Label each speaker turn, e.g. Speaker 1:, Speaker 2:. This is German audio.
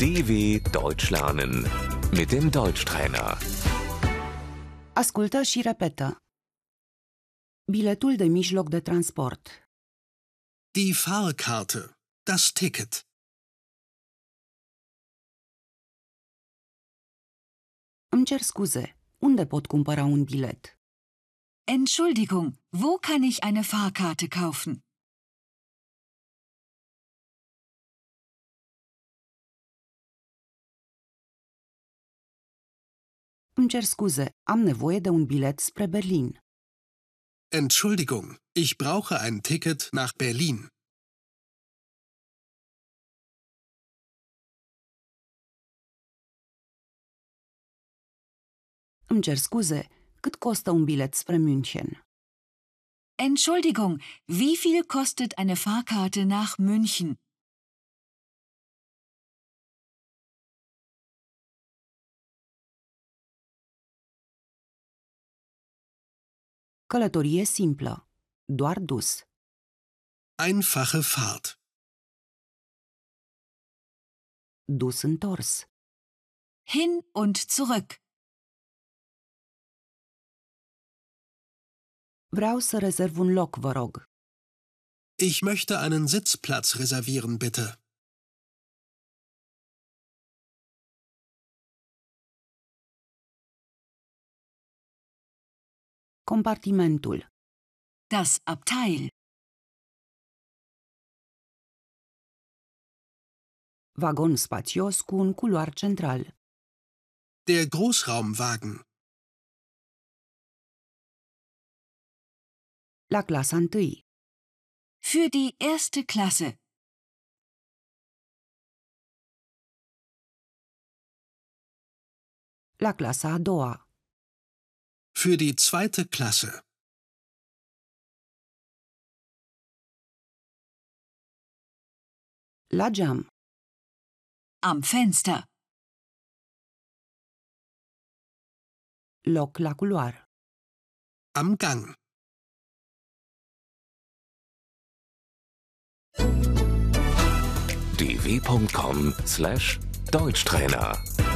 Speaker 1: DW Deutsch lernen mit dem Deutschtrainer.
Speaker 2: Ascultă și repetă. Biletul de mijloc de transport.
Speaker 3: Die Fahrkarte. Das Ticket.
Speaker 2: Îmi cer scuze. Unde pot cumpăra un bilet?
Speaker 4: Entschuldigung, wo kann ich eine Fahrkarte kaufen?
Speaker 2: Îmi cer scuze. Am nevoie de un bilet spre Berlin.
Speaker 3: Entschuldigung, ich brauche ein Ticket nach Berlin.
Speaker 2: Îmi cer scuze. Cât costă un bilet spre München?
Speaker 4: Entschuldigung, wie viel kostet eine Fahrkarte nach München?
Speaker 2: Călătorie simplă. Doar dus.
Speaker 3: Einfache Fahrt.
Speaker 2: Dus întors.
Speaker 4: Hin und zurück.
Speaker 2: Vreau să rezerv un loc, vă rog.
Speaker 3: Ich möchte einen Sitzplatz reservieren, bitte.
Speaker 2: Compartimentul.
Speaker 4: Das Abteil.
Speaker 2: Vagon spațios cu un culoar central.
Speaker 3: Der Großraumwagen.
Speaker 2: La clasa întâi.
Speaker 4: Für die erste Klasse.
Speaker 2: La clasa a doua.
Speaker 3: Für die zweite Klasse.
Speaker 2: La geam.
Speaker 4: Am Fenster.
Speaker 2: Loc la culoar.
Speaker 3: Am Gang.
Speaker 1: dw.com/deutschtrainer